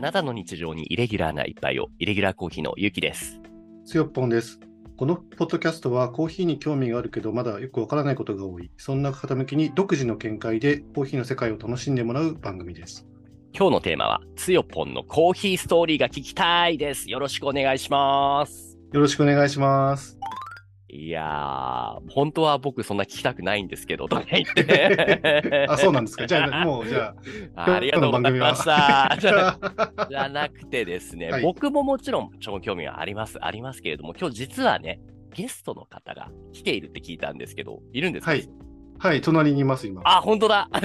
なたの日常にイレギュラーな一杯を、イレギュラーコーヒーのゆきです。つよっぽんです。このポッドキャストはコーヒーに興味があるけどまだよくわからないことが多い、そんな方向きに独自の見解でコーヒーの世界を楽しんでもらう番組です。今日のテーマは、つよぽんのコーヒーストーリーが聞きたいです。よろしくお願いします。よろしくお願い します。いやー、本当は僕そんな聞きたくないんですけど、とか言って。 あ、そうなんですか。じ ゃあ、もう、じゃあありがとうございましあ。た。じゃあじゃなくてですね、はい僕ももちろん超興味はあります、ありますけれども、今日実はね、ゲストの方が来ているって聞いたんですけど、いるんですか、はい、はい、隣にいます、今。あ、本当だ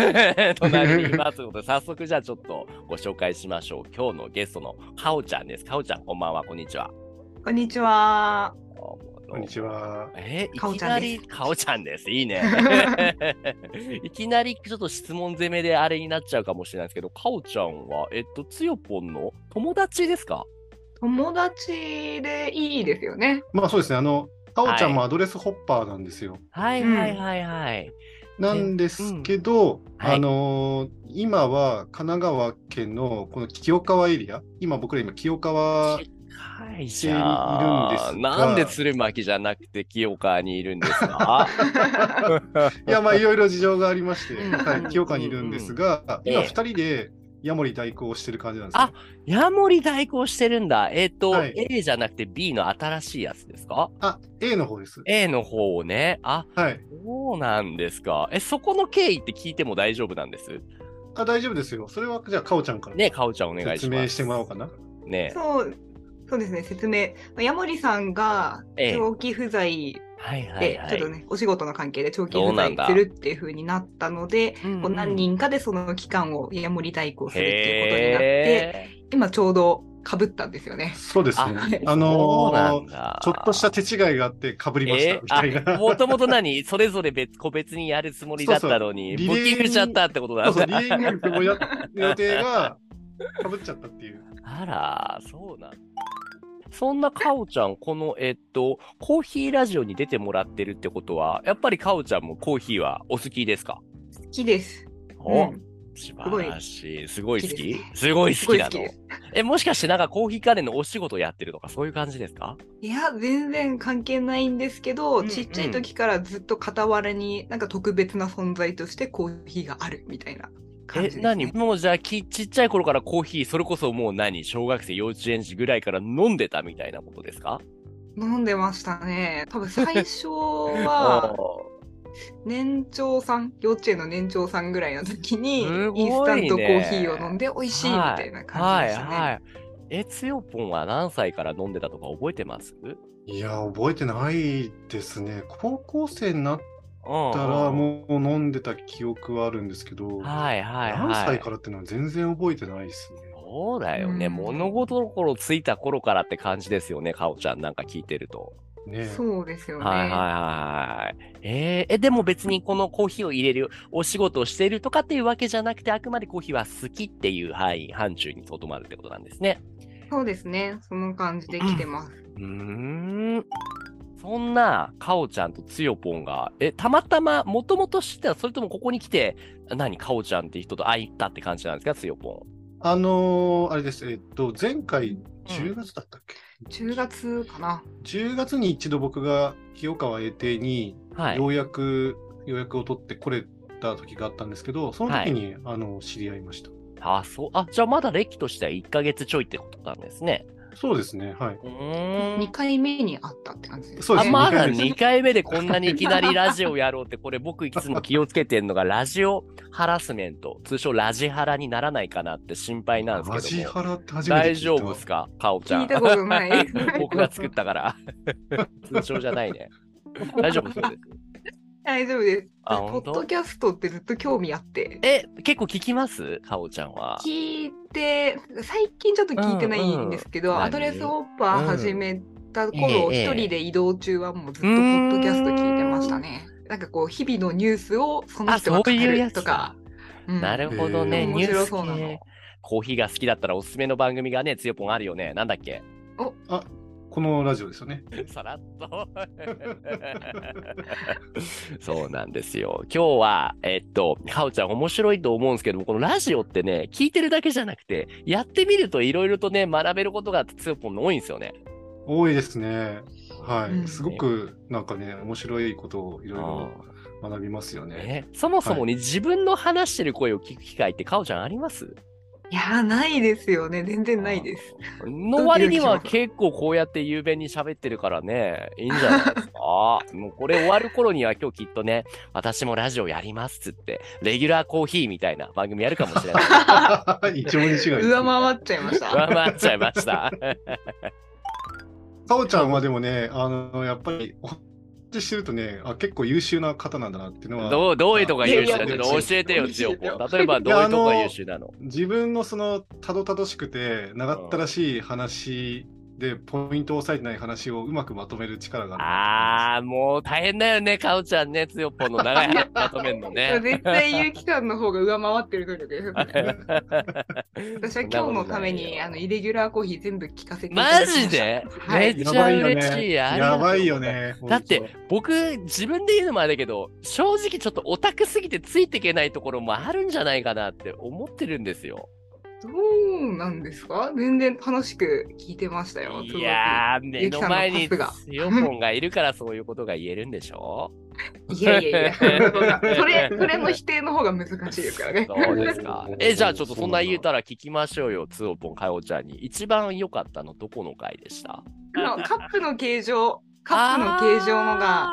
隣にいます ので、早速じゃあちょっとご紹介しましょう。今日のゲストのかおちゃんです。かおちゃん、こんばんは、こんにちは。こんにちは。ここんにち。は。えーかいおきちゃなんでり、かおちゃんです。いいね。 いきなりちょっと質問攻めであれになっちゃうかもしれないですけど、かおちゃんは、えっと、つよぽんの友達ですか友達でいいですよね。まあそうですね、あの、かおちゃはいんもアドレスホッパーなんですよ。はいはいはいはい。なんですけど、はいあのー今は神奈川県のこの清川エリア、今僕ら今清川はい、じゃあいるんですがなんで鶴巻じゃなくて清川にいるんです かいや、まあ、いろいろ事情がありまして、うんはい、清川にいるんですが、うん今、ええ2人でヤモリ代行をしてる感じなんですねあヤモリ代行してるんだ。えっ、と、はい A じゃなくて B の新しいやつですかあ、A の方です。 ?A の方をね。あ、はい。そうなんですか。え、そこの経緯って聞いても大丈夫なんですあ、大丈夫ですよ。それは、じゃあ、かおちゃんからねかおちゃんお願いします。説明してもらおうかな。ねそう、そうですね。説明。まあヤモリさんがええ長期不在はいはいで、はちょっいと。ね、お仕事の関係で長期そう不なん在だするっていう風になったので、うんこう何人かでその期間をヤモリ代行するっていうことになって、へー今ちょうど被ったんですよね。そうですあね。ああののーちょっとした手違いがあって、かぶりました、みたいえーあな。もともと何それぞれ別個別にやるつもりだったのに、そうブそうッキングしちゃったってことなそんうそう、だ。リーグの予予定がかぶっちゃったっていう。あら、そうなんだそんなかおちゃん、この、えっと、コーヒーラジオに出てもらってるってことは、やっぱりかおちゃんもコーヒーはお好きですか好きです。お、うん素晴らしい。すごい好好ききですねすごいす好ごきいな好きでのす。。え、もしかしてなんかコーヒー関連のお仕事やってるとか、そういう感じですかいや全然関係ないんですけど、うんうんちっちゃい時からずっと傍らになんか特別な存在としてコーヒーがあるみたいな感えじです、、ね。何もうじゃあき、ちっちゃい頃からコーヒー、それこそもう何小学生、幼稚園児ぐらいから飲んでたみたいなことですか飲んでましたね。多分最初 あは年長さん、幼稚園の年長さんぐらいの時に、すごいねインスタントコーヒーを飲んで美味しいみたいな感じでしたね。はいはいはい。え、つよぽんは何歳から飲んでたとか覚えてますうんいや、覚えてないですね。高校生になっうんたら、もう飲んでた記憶はあるんですけど、はいはいはい。何歳からっていうのは全然覚えてないですね。そうだよね。うん物心ついた頃からって感じですよね、かおちゃんなんか聞いてると。ねえそうですよね。はいはいはいはい。えーえ、でも別にこのコーヒーを入れるお仕事をしているとかっていうわけじゃなくて、あくまでコーヒーは好きっていう範囲、範疇にとどまるってことなんですね。そうですね。その感じで来てます。うーん。そんな、かおちゃんとつよぽんが、え、たまたま、もともと知ってた、それともここに来て、何、かおちゃんって人と会いたって感じなんですか、つよぽあのーあれです、えっと、前回、ん10月だったっけ、 10月かな。 10月に一度僕が清川栄邸にん。はいよ。うやく予約を取ってこれた時があったんですけど、その時に、あの知り合いました。あ、そう、あ、じゃあまだ歴としては1ヶ月ちょいってことなんですね。そうですね、はい。う2。回目に会ったって感じです、ね。そうあですねま二だ回目2回目でこんなにいきなりラジオやろうって、 これ僕いつも気をつけてんのが、ラジオハラスメント、通称ラジハラにならないかなって心配なんマですけジども。ハラって初めて聞いた大丈夫ですかかおちゃん。聞いたことない 僕が作った から。通称じゃないね。大丈夫です。大丈夫です。あ私ポ本当ッドキャストってずっと興味あって、え、結構聞きますかおちゃんは。聞いて、最近ちょっと聞いてないんですけど、うんうんアドレスホッパー始めた頃、うん一、ええ人で移動中はもうずっとポッドキャスト聞いてましたね。なんかこう、日々のニュースをその人が語あそういうやるつだとか。うんなるほどえね。ーニュー面白スそうなの系。コーヒーが好きだったらおすすめの番組がね、つよぽんあるよね。なんだっけあこのラジオですよね。 さらっと。そうなんですよ。今日は、えっと、かおちゃん面白いと思うんですけども、このラジオってね、聞いてるだけじゃなくて、やってみるといろいろとね、学べることがツーポンの多いんですよね。多いですね。はうんい。すごくなんかね、面白いことをいろいろ学びますよね。ね、そもそもね、自分の話してる声を聞く機会って、かおちゃんありますいやー、ないですよね。全然ないです。あー。の割には結構こうやって雄弁に喋ってるからね、いいんじゃない ですか。もうこれ終わる頃には今日きっとね、私もラジオやりますっつって、レギュラーコーヒーみたいな番組やるかもし れない。 一応に違いです ね。上回っちゃいました。上回っちゃいました。かおちゃんはでもね、あの、やっぱり、お話ししてるとね、あ結構優秀な方なんだなっていうのは、どうどういうとこが優秀いなやいやのちょっと教えてよ、教えつてよよぽ。例えばどういうとこが優秀なの自分のそのたどたどしくて長ったらしい話でポイントを押さえてない話をうまくまとめる力がああー、もう大変だよね、かおちゃんね、つよぽんの長い話まとめるの ね。 絶対有機感の方が上回ってる能力ですね。 私は今日のそんなこためとないによあのイレギュラーコーヒー全部聞かせていただきマましたジで、はめいるっんですちゃよ嬉しい。やばいよ。ね。 だって僕、自分で言うのもあれだけど、正直ちょっとオタクすぎてついていけないところもあるんじゃないかなって思ってるんですよ。どうなんですか全然楽しく聞いてましたよ。すごいくやー、目ゆきのさんの前につパよぽんがいるからそういうことが言えるんでしょいやいやいや、それ、それの否定の方が難しいですからね。そうです か。え、じゃあちょっとそんな言えたら聞きましょうよ、つおぽんかよちゃんに。一番良かったのどこの回でしたあのカップの形状、カップの形状のが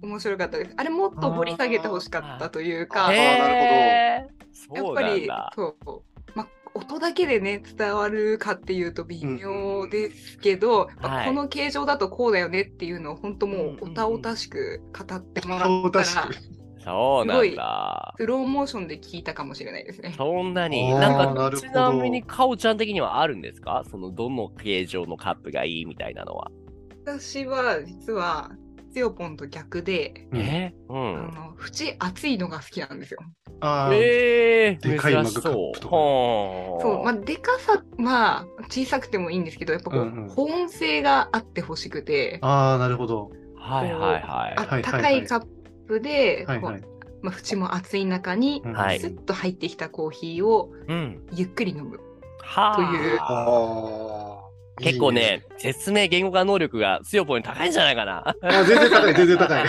面白かったです。あれもっと掘り下げてほしかったというあか、ーやっへーそうぱなんりだ。そう。まあ音だけでね伝わるかっていうと微妙ですけど、まあはいこの形状だとこうだよねっていうのを本当もうおたおたしく語ってもらったら、うんうんうんおたおたしそうなんだ。スローモーションで聞いたかもしれないですね。そんなに、あーなんなか、るほちどなみに、かおちゃん的にはあるんですかその、どの形状のカップがいいみたいなのは。私は実はつよぽんと逆で、うんえうあん。の縁厚いのが好きなんですよ。あーえでかいー、珍しマグカそップう。とかほーそう、まあ、でかさ、まあ、小さくてもいいんですけど、やっぱこう、うんうん保温性があってほしくて、あー、なるほど。はいはいはあい。はいはいはいったかいカップで、はいはいこ。うまあ、縁も厚い中に、うんはいスッと入ってきたコーヒーをうん。ゆっくり飲む。はというああー結構ね。、説明言語化能力が強いポイント高いんじゃないかな。いいねあ全然高い、全然高い。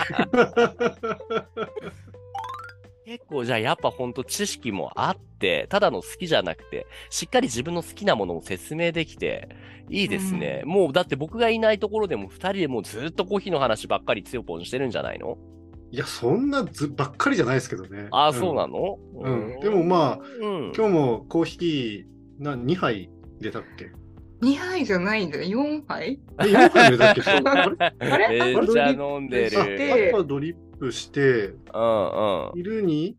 結構じゃあやっぱほんと知識もあって、ただの好きじゃなくて、しっかり自分の好きなものを説明できて、いいですね。もうだって僕がいないところでも二人でもうずっとコーヒーの話ばっかり強ぽんしてるんじゃないのいや、そんなずばっかりじゃないですけどね。ああ、そうなの、うんでもまあ、うん。今日もコーヒーな2杯入れたっ け2杯じゃないんだね、4杯え ?4 杯入れたっ けあれあれ めっちゃ飲んである。であとはドリップして、うんうん。昼に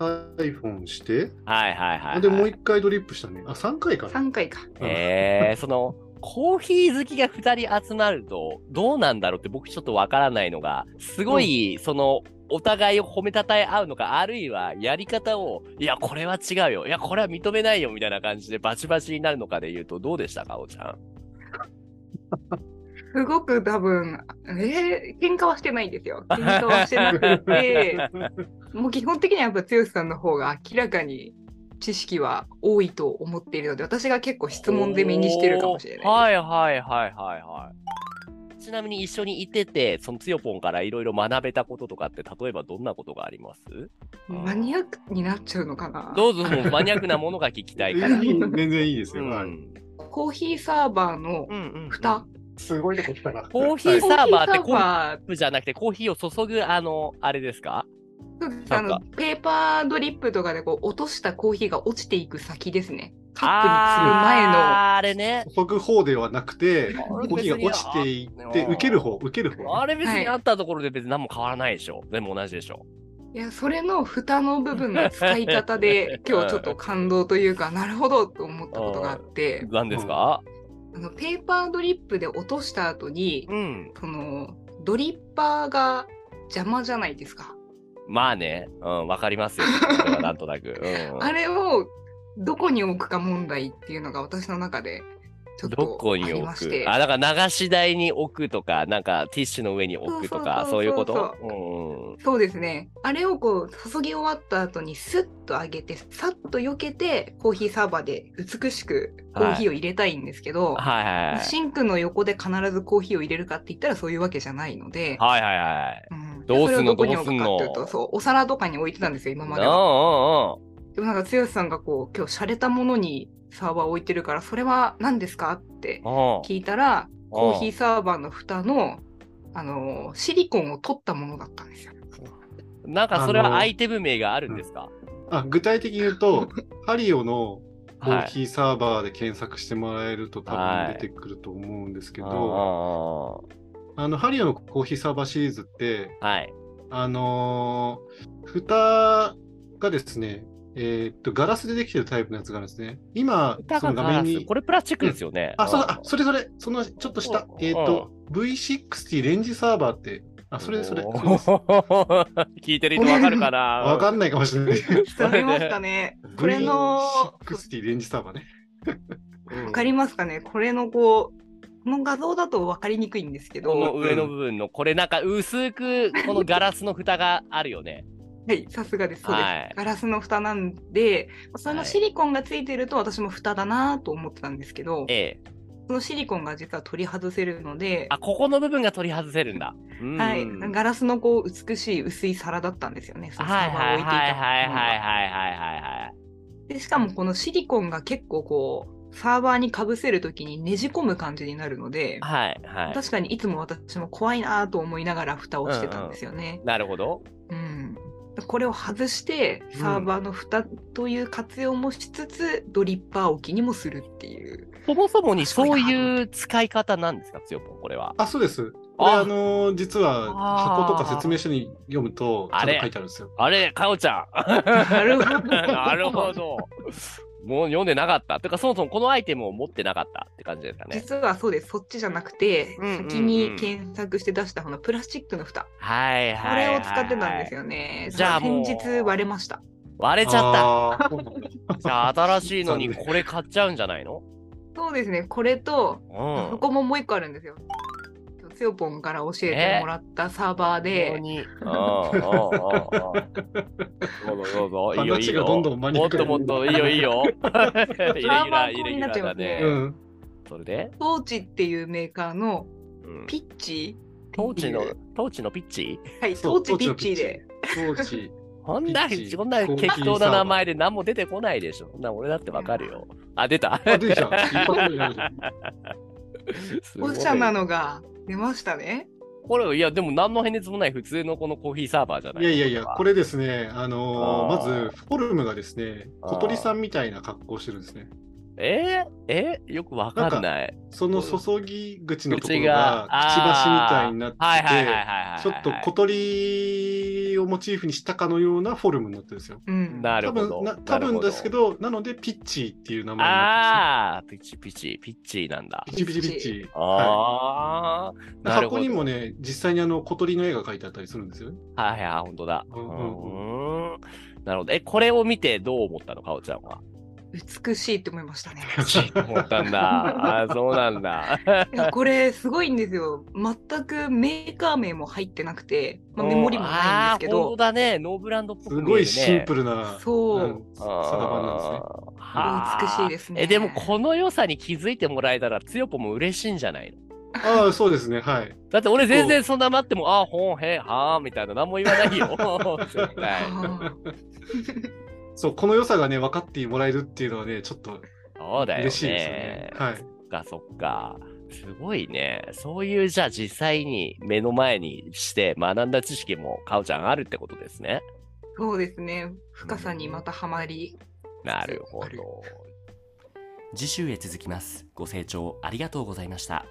タイフォンして、はいはいはい、はあい。で、もう一回ドリップしたね。あ、3回かな。 ?3 回か。えー、その、コーヒー好きが2人集まると、どうなんだろうって僕ちょっとわからないのが、すごい、その、お互いを褒めたたえ合うのか、あるいはやり方を、いや、これは違うよ、いや、これは認めないよ、みたいな感じでバチバチになるのかで言うと、どうでしたか、おちゃん。すごく多分、えー、喧嘩はしてないんですよ。喧嘩はしてなく て、もう基本的にはやっぱ剛さんの方が明らかに知識は多いと思っているので、私が結構質問攻めにしてるかもしれない。おーはいはいはいはいはい。ちなみに一緒にいてて、そのつよぽんからいろいろ学べたこととかって、例えばどんなことがありますマニアックになっちゃうのかなどうぞ、もうマニアックなものが聞きたいから。いい全然いいですうよ。んはいコーヒーサーバーのうんうんうん蓋、すごいとこ来たな。コーヒーサーバーってココーヒーーヒーサーバーカップじゃなくてコーヒーを注ぐあのあれですかそうですあなのんペーパードリップとかでこう落としたコーヒーが落ちていく先ですね。カップにあする前のーあれね注ぐ方ではなくて、あコーヒーが落ちてい別っにて、あ受ける方、受ける方。あれ別はにいあったところで別に何も変わらないでしょ全部同じでしょいや、それの蓋の部分の使い方 で、今日ちょっと感動というか、なるほどと思ったことがあって、何ですかあのペーパードリップで落とした後にう、んそのドリッパーが邪魔じゃないですか。まあねうんわかりますよそれはなんと なく、うん、あれをどこに置くか問題っていうのが私の中でちょっどとこあにり置ましくて。あ、なんか流し台に置くとか、なんかティッシュの上に置くとか、そそううそうそうそういうことうんうん。そうですね。あれをこう注ぎ終わった後にスッと上げて、さっと避けて、コーヒーサーバーで美しくコーヒーを入れたいんですけど、はいはいはい。シンクの横で必ずコーヒーを入れるかって言ったらそういうわけじゃないので、はいはいはい。うんどうすんのそれをどこに置くかっていどううと、すそう、お皿とかに置いてたんですよ、今までは。うんうんうん。でもなんか剛さんがこう今日洒落たものにサーバーを置いてるからそれは何ですかってコ聞いたらコーヒーー。サーバーの蓋のあのーシリコンを取ったものだったん ですよ。なんかそれあのはーアイテム名があるんですかあ具体的に言 うと、ハリオのコはい。ーヒーサーバーで検索してもらえると多は分い出てくると思うんですけど、ど、あのハリオのコーヒーサーバーシリーズって、はい。あのー蓋がですね、えーっと、ガラスでできてるタイプのやつがあるんですね。今、歌そがの画面ガラスにこ。れプラスチックですよね。あ、そうだ、んあ、それそれ、そのちょっと下うん、えーっと、V60 レンジサーバーって、あ、それそれ、おそうですー聞いてる人わかるかな わかんないかもしれ ない。わかりますかねこれのわ V60 レンジサーバーね。わかりますかねこれのこうこの画像だと分かりにくいんですけこのど、上の部分の、これなんか薄く、このガラスの蓋があるよね。はい、さすがですそうです、はいガラスの蓋なんでそはのいシリコンがついてると私も蓋だなと思ってたんですけど、ええ。そのシリコンが実は取り外せるのであ、ここの部分が取り外せるんだ。うんはい、うんガラスのこう美しい薄い皿だったんですよね。そのはい皿はをい置いていはいたはいはいものはいがはいはいはい。でしかもこのシリコンが結構こうサーバーにかぶせるときにねじ込む感じになるので、はいは確かにいつも私も怖いなぁと思いながら蓋をしてたんですよねい。。なるほど。うんこれを外してうんサーバーの蓋という活用もしつつ、ドリッパー置きにもするっていう。そもそもにそういう使い方なんですか、つよぽん、これは。あ、そうです。これああのー実はあー箱とか説明書に読むと、あちゃんれと書いてあるんですよ。あれ、かおち ゃん。なる ほどなるほど。もう読んでなかった。てか、そもそもこのアイテムを持ってなかったって感じですかね。実はそうです。そっちじゃなくて、うんうんうん先に検索して出したこのプラスチックの蓋。 はいこはいはれい、を使ってたんですよ。よね。じゃあもう先日割れました。割れちゃっ。ゃった じゃあ、新しいのに残念これ買っちゃうんじゃないのそうですね。これと、うん。そこももう一個あるんですよ。今日つよぽんから教えてもらったサー本バー当で、に。 うんうんうんうんどうぞどうぞ。いいよいい話がよ。どんどんマニアもッっクとにもっといいよいいよ。イレギュラーマラー、ンイコレミギにュなラっちーゃいまだすねね。うん。それで、トーチっていうメーカーのうんピッチトーチのっていう、トーチのピッチはい、そトうーチピッチで。。当時。こんな、ピッチこんな適当な名前で何も出てこないでしょ。そんな俺だってわかるよ。あ、出た。 あ、出てきた。一発目になるじゃん すごおいしゃなのが出ましたね。これ、いや、でも何の変哲もない普通のこのコーヒーサーバーじゃないいやいや いや、これですね、あのーあーまず、フォルムがですね、あー小鳥さんみたいな格好をしてるんですね。えー、えーよくわかんない。その注ぎ口のとこ口ろがが、くちばしみたいになってはいはいはいはいて、はいはい。ちょっと小鳥をモチーフにしたかのようなフォルムになってるんですよ。うん。なる多ほ分ど。な多分ですけど。ど、なので、ピッチーっていう名前になあー、ピチピチ、ピッチーなんだっ。てるんですね。ピチピチピチ。あー、なるほ箱ど。にもね、実際にあの小鳥の絵が描いてあったりするんですよね。はいはい、本当だ。ううんうーん。なるほど。え、これを見てどう思ったのかおちゃん は。美しいって思いましたね。思ったんだ。あーそうなん だ。いや、これすごいんですよ。全くメーカー名も入ってなくて、まあ、メモリもないんですけあー本当ど、だね。ノーブランドっぽすく見えるね。ごいシンプルな、そううんサラバンなんですね。はあ美しいですねえ、でもこの良さに気づいてもらえたら、つよぽも嬉しいんじゃないのああ、そうですね、はい。だって俺全然そんな待っても、あー、ほん、へ、はあ、みたいな、何も言わない よ。絶対。あそう、この良さがね、分かってもらえるっていうのはね、ちょっとそうだよね。嬉しいですよね。はい。そっか、そっか。すごいね。そういう、じゃあ実際に目の前にして学んだ知識も、かおちゃんあるってことですね。ーそうですね。深さにまたハマり、なるほあるど。次週へ続きます。ご清聴ありがとうございました。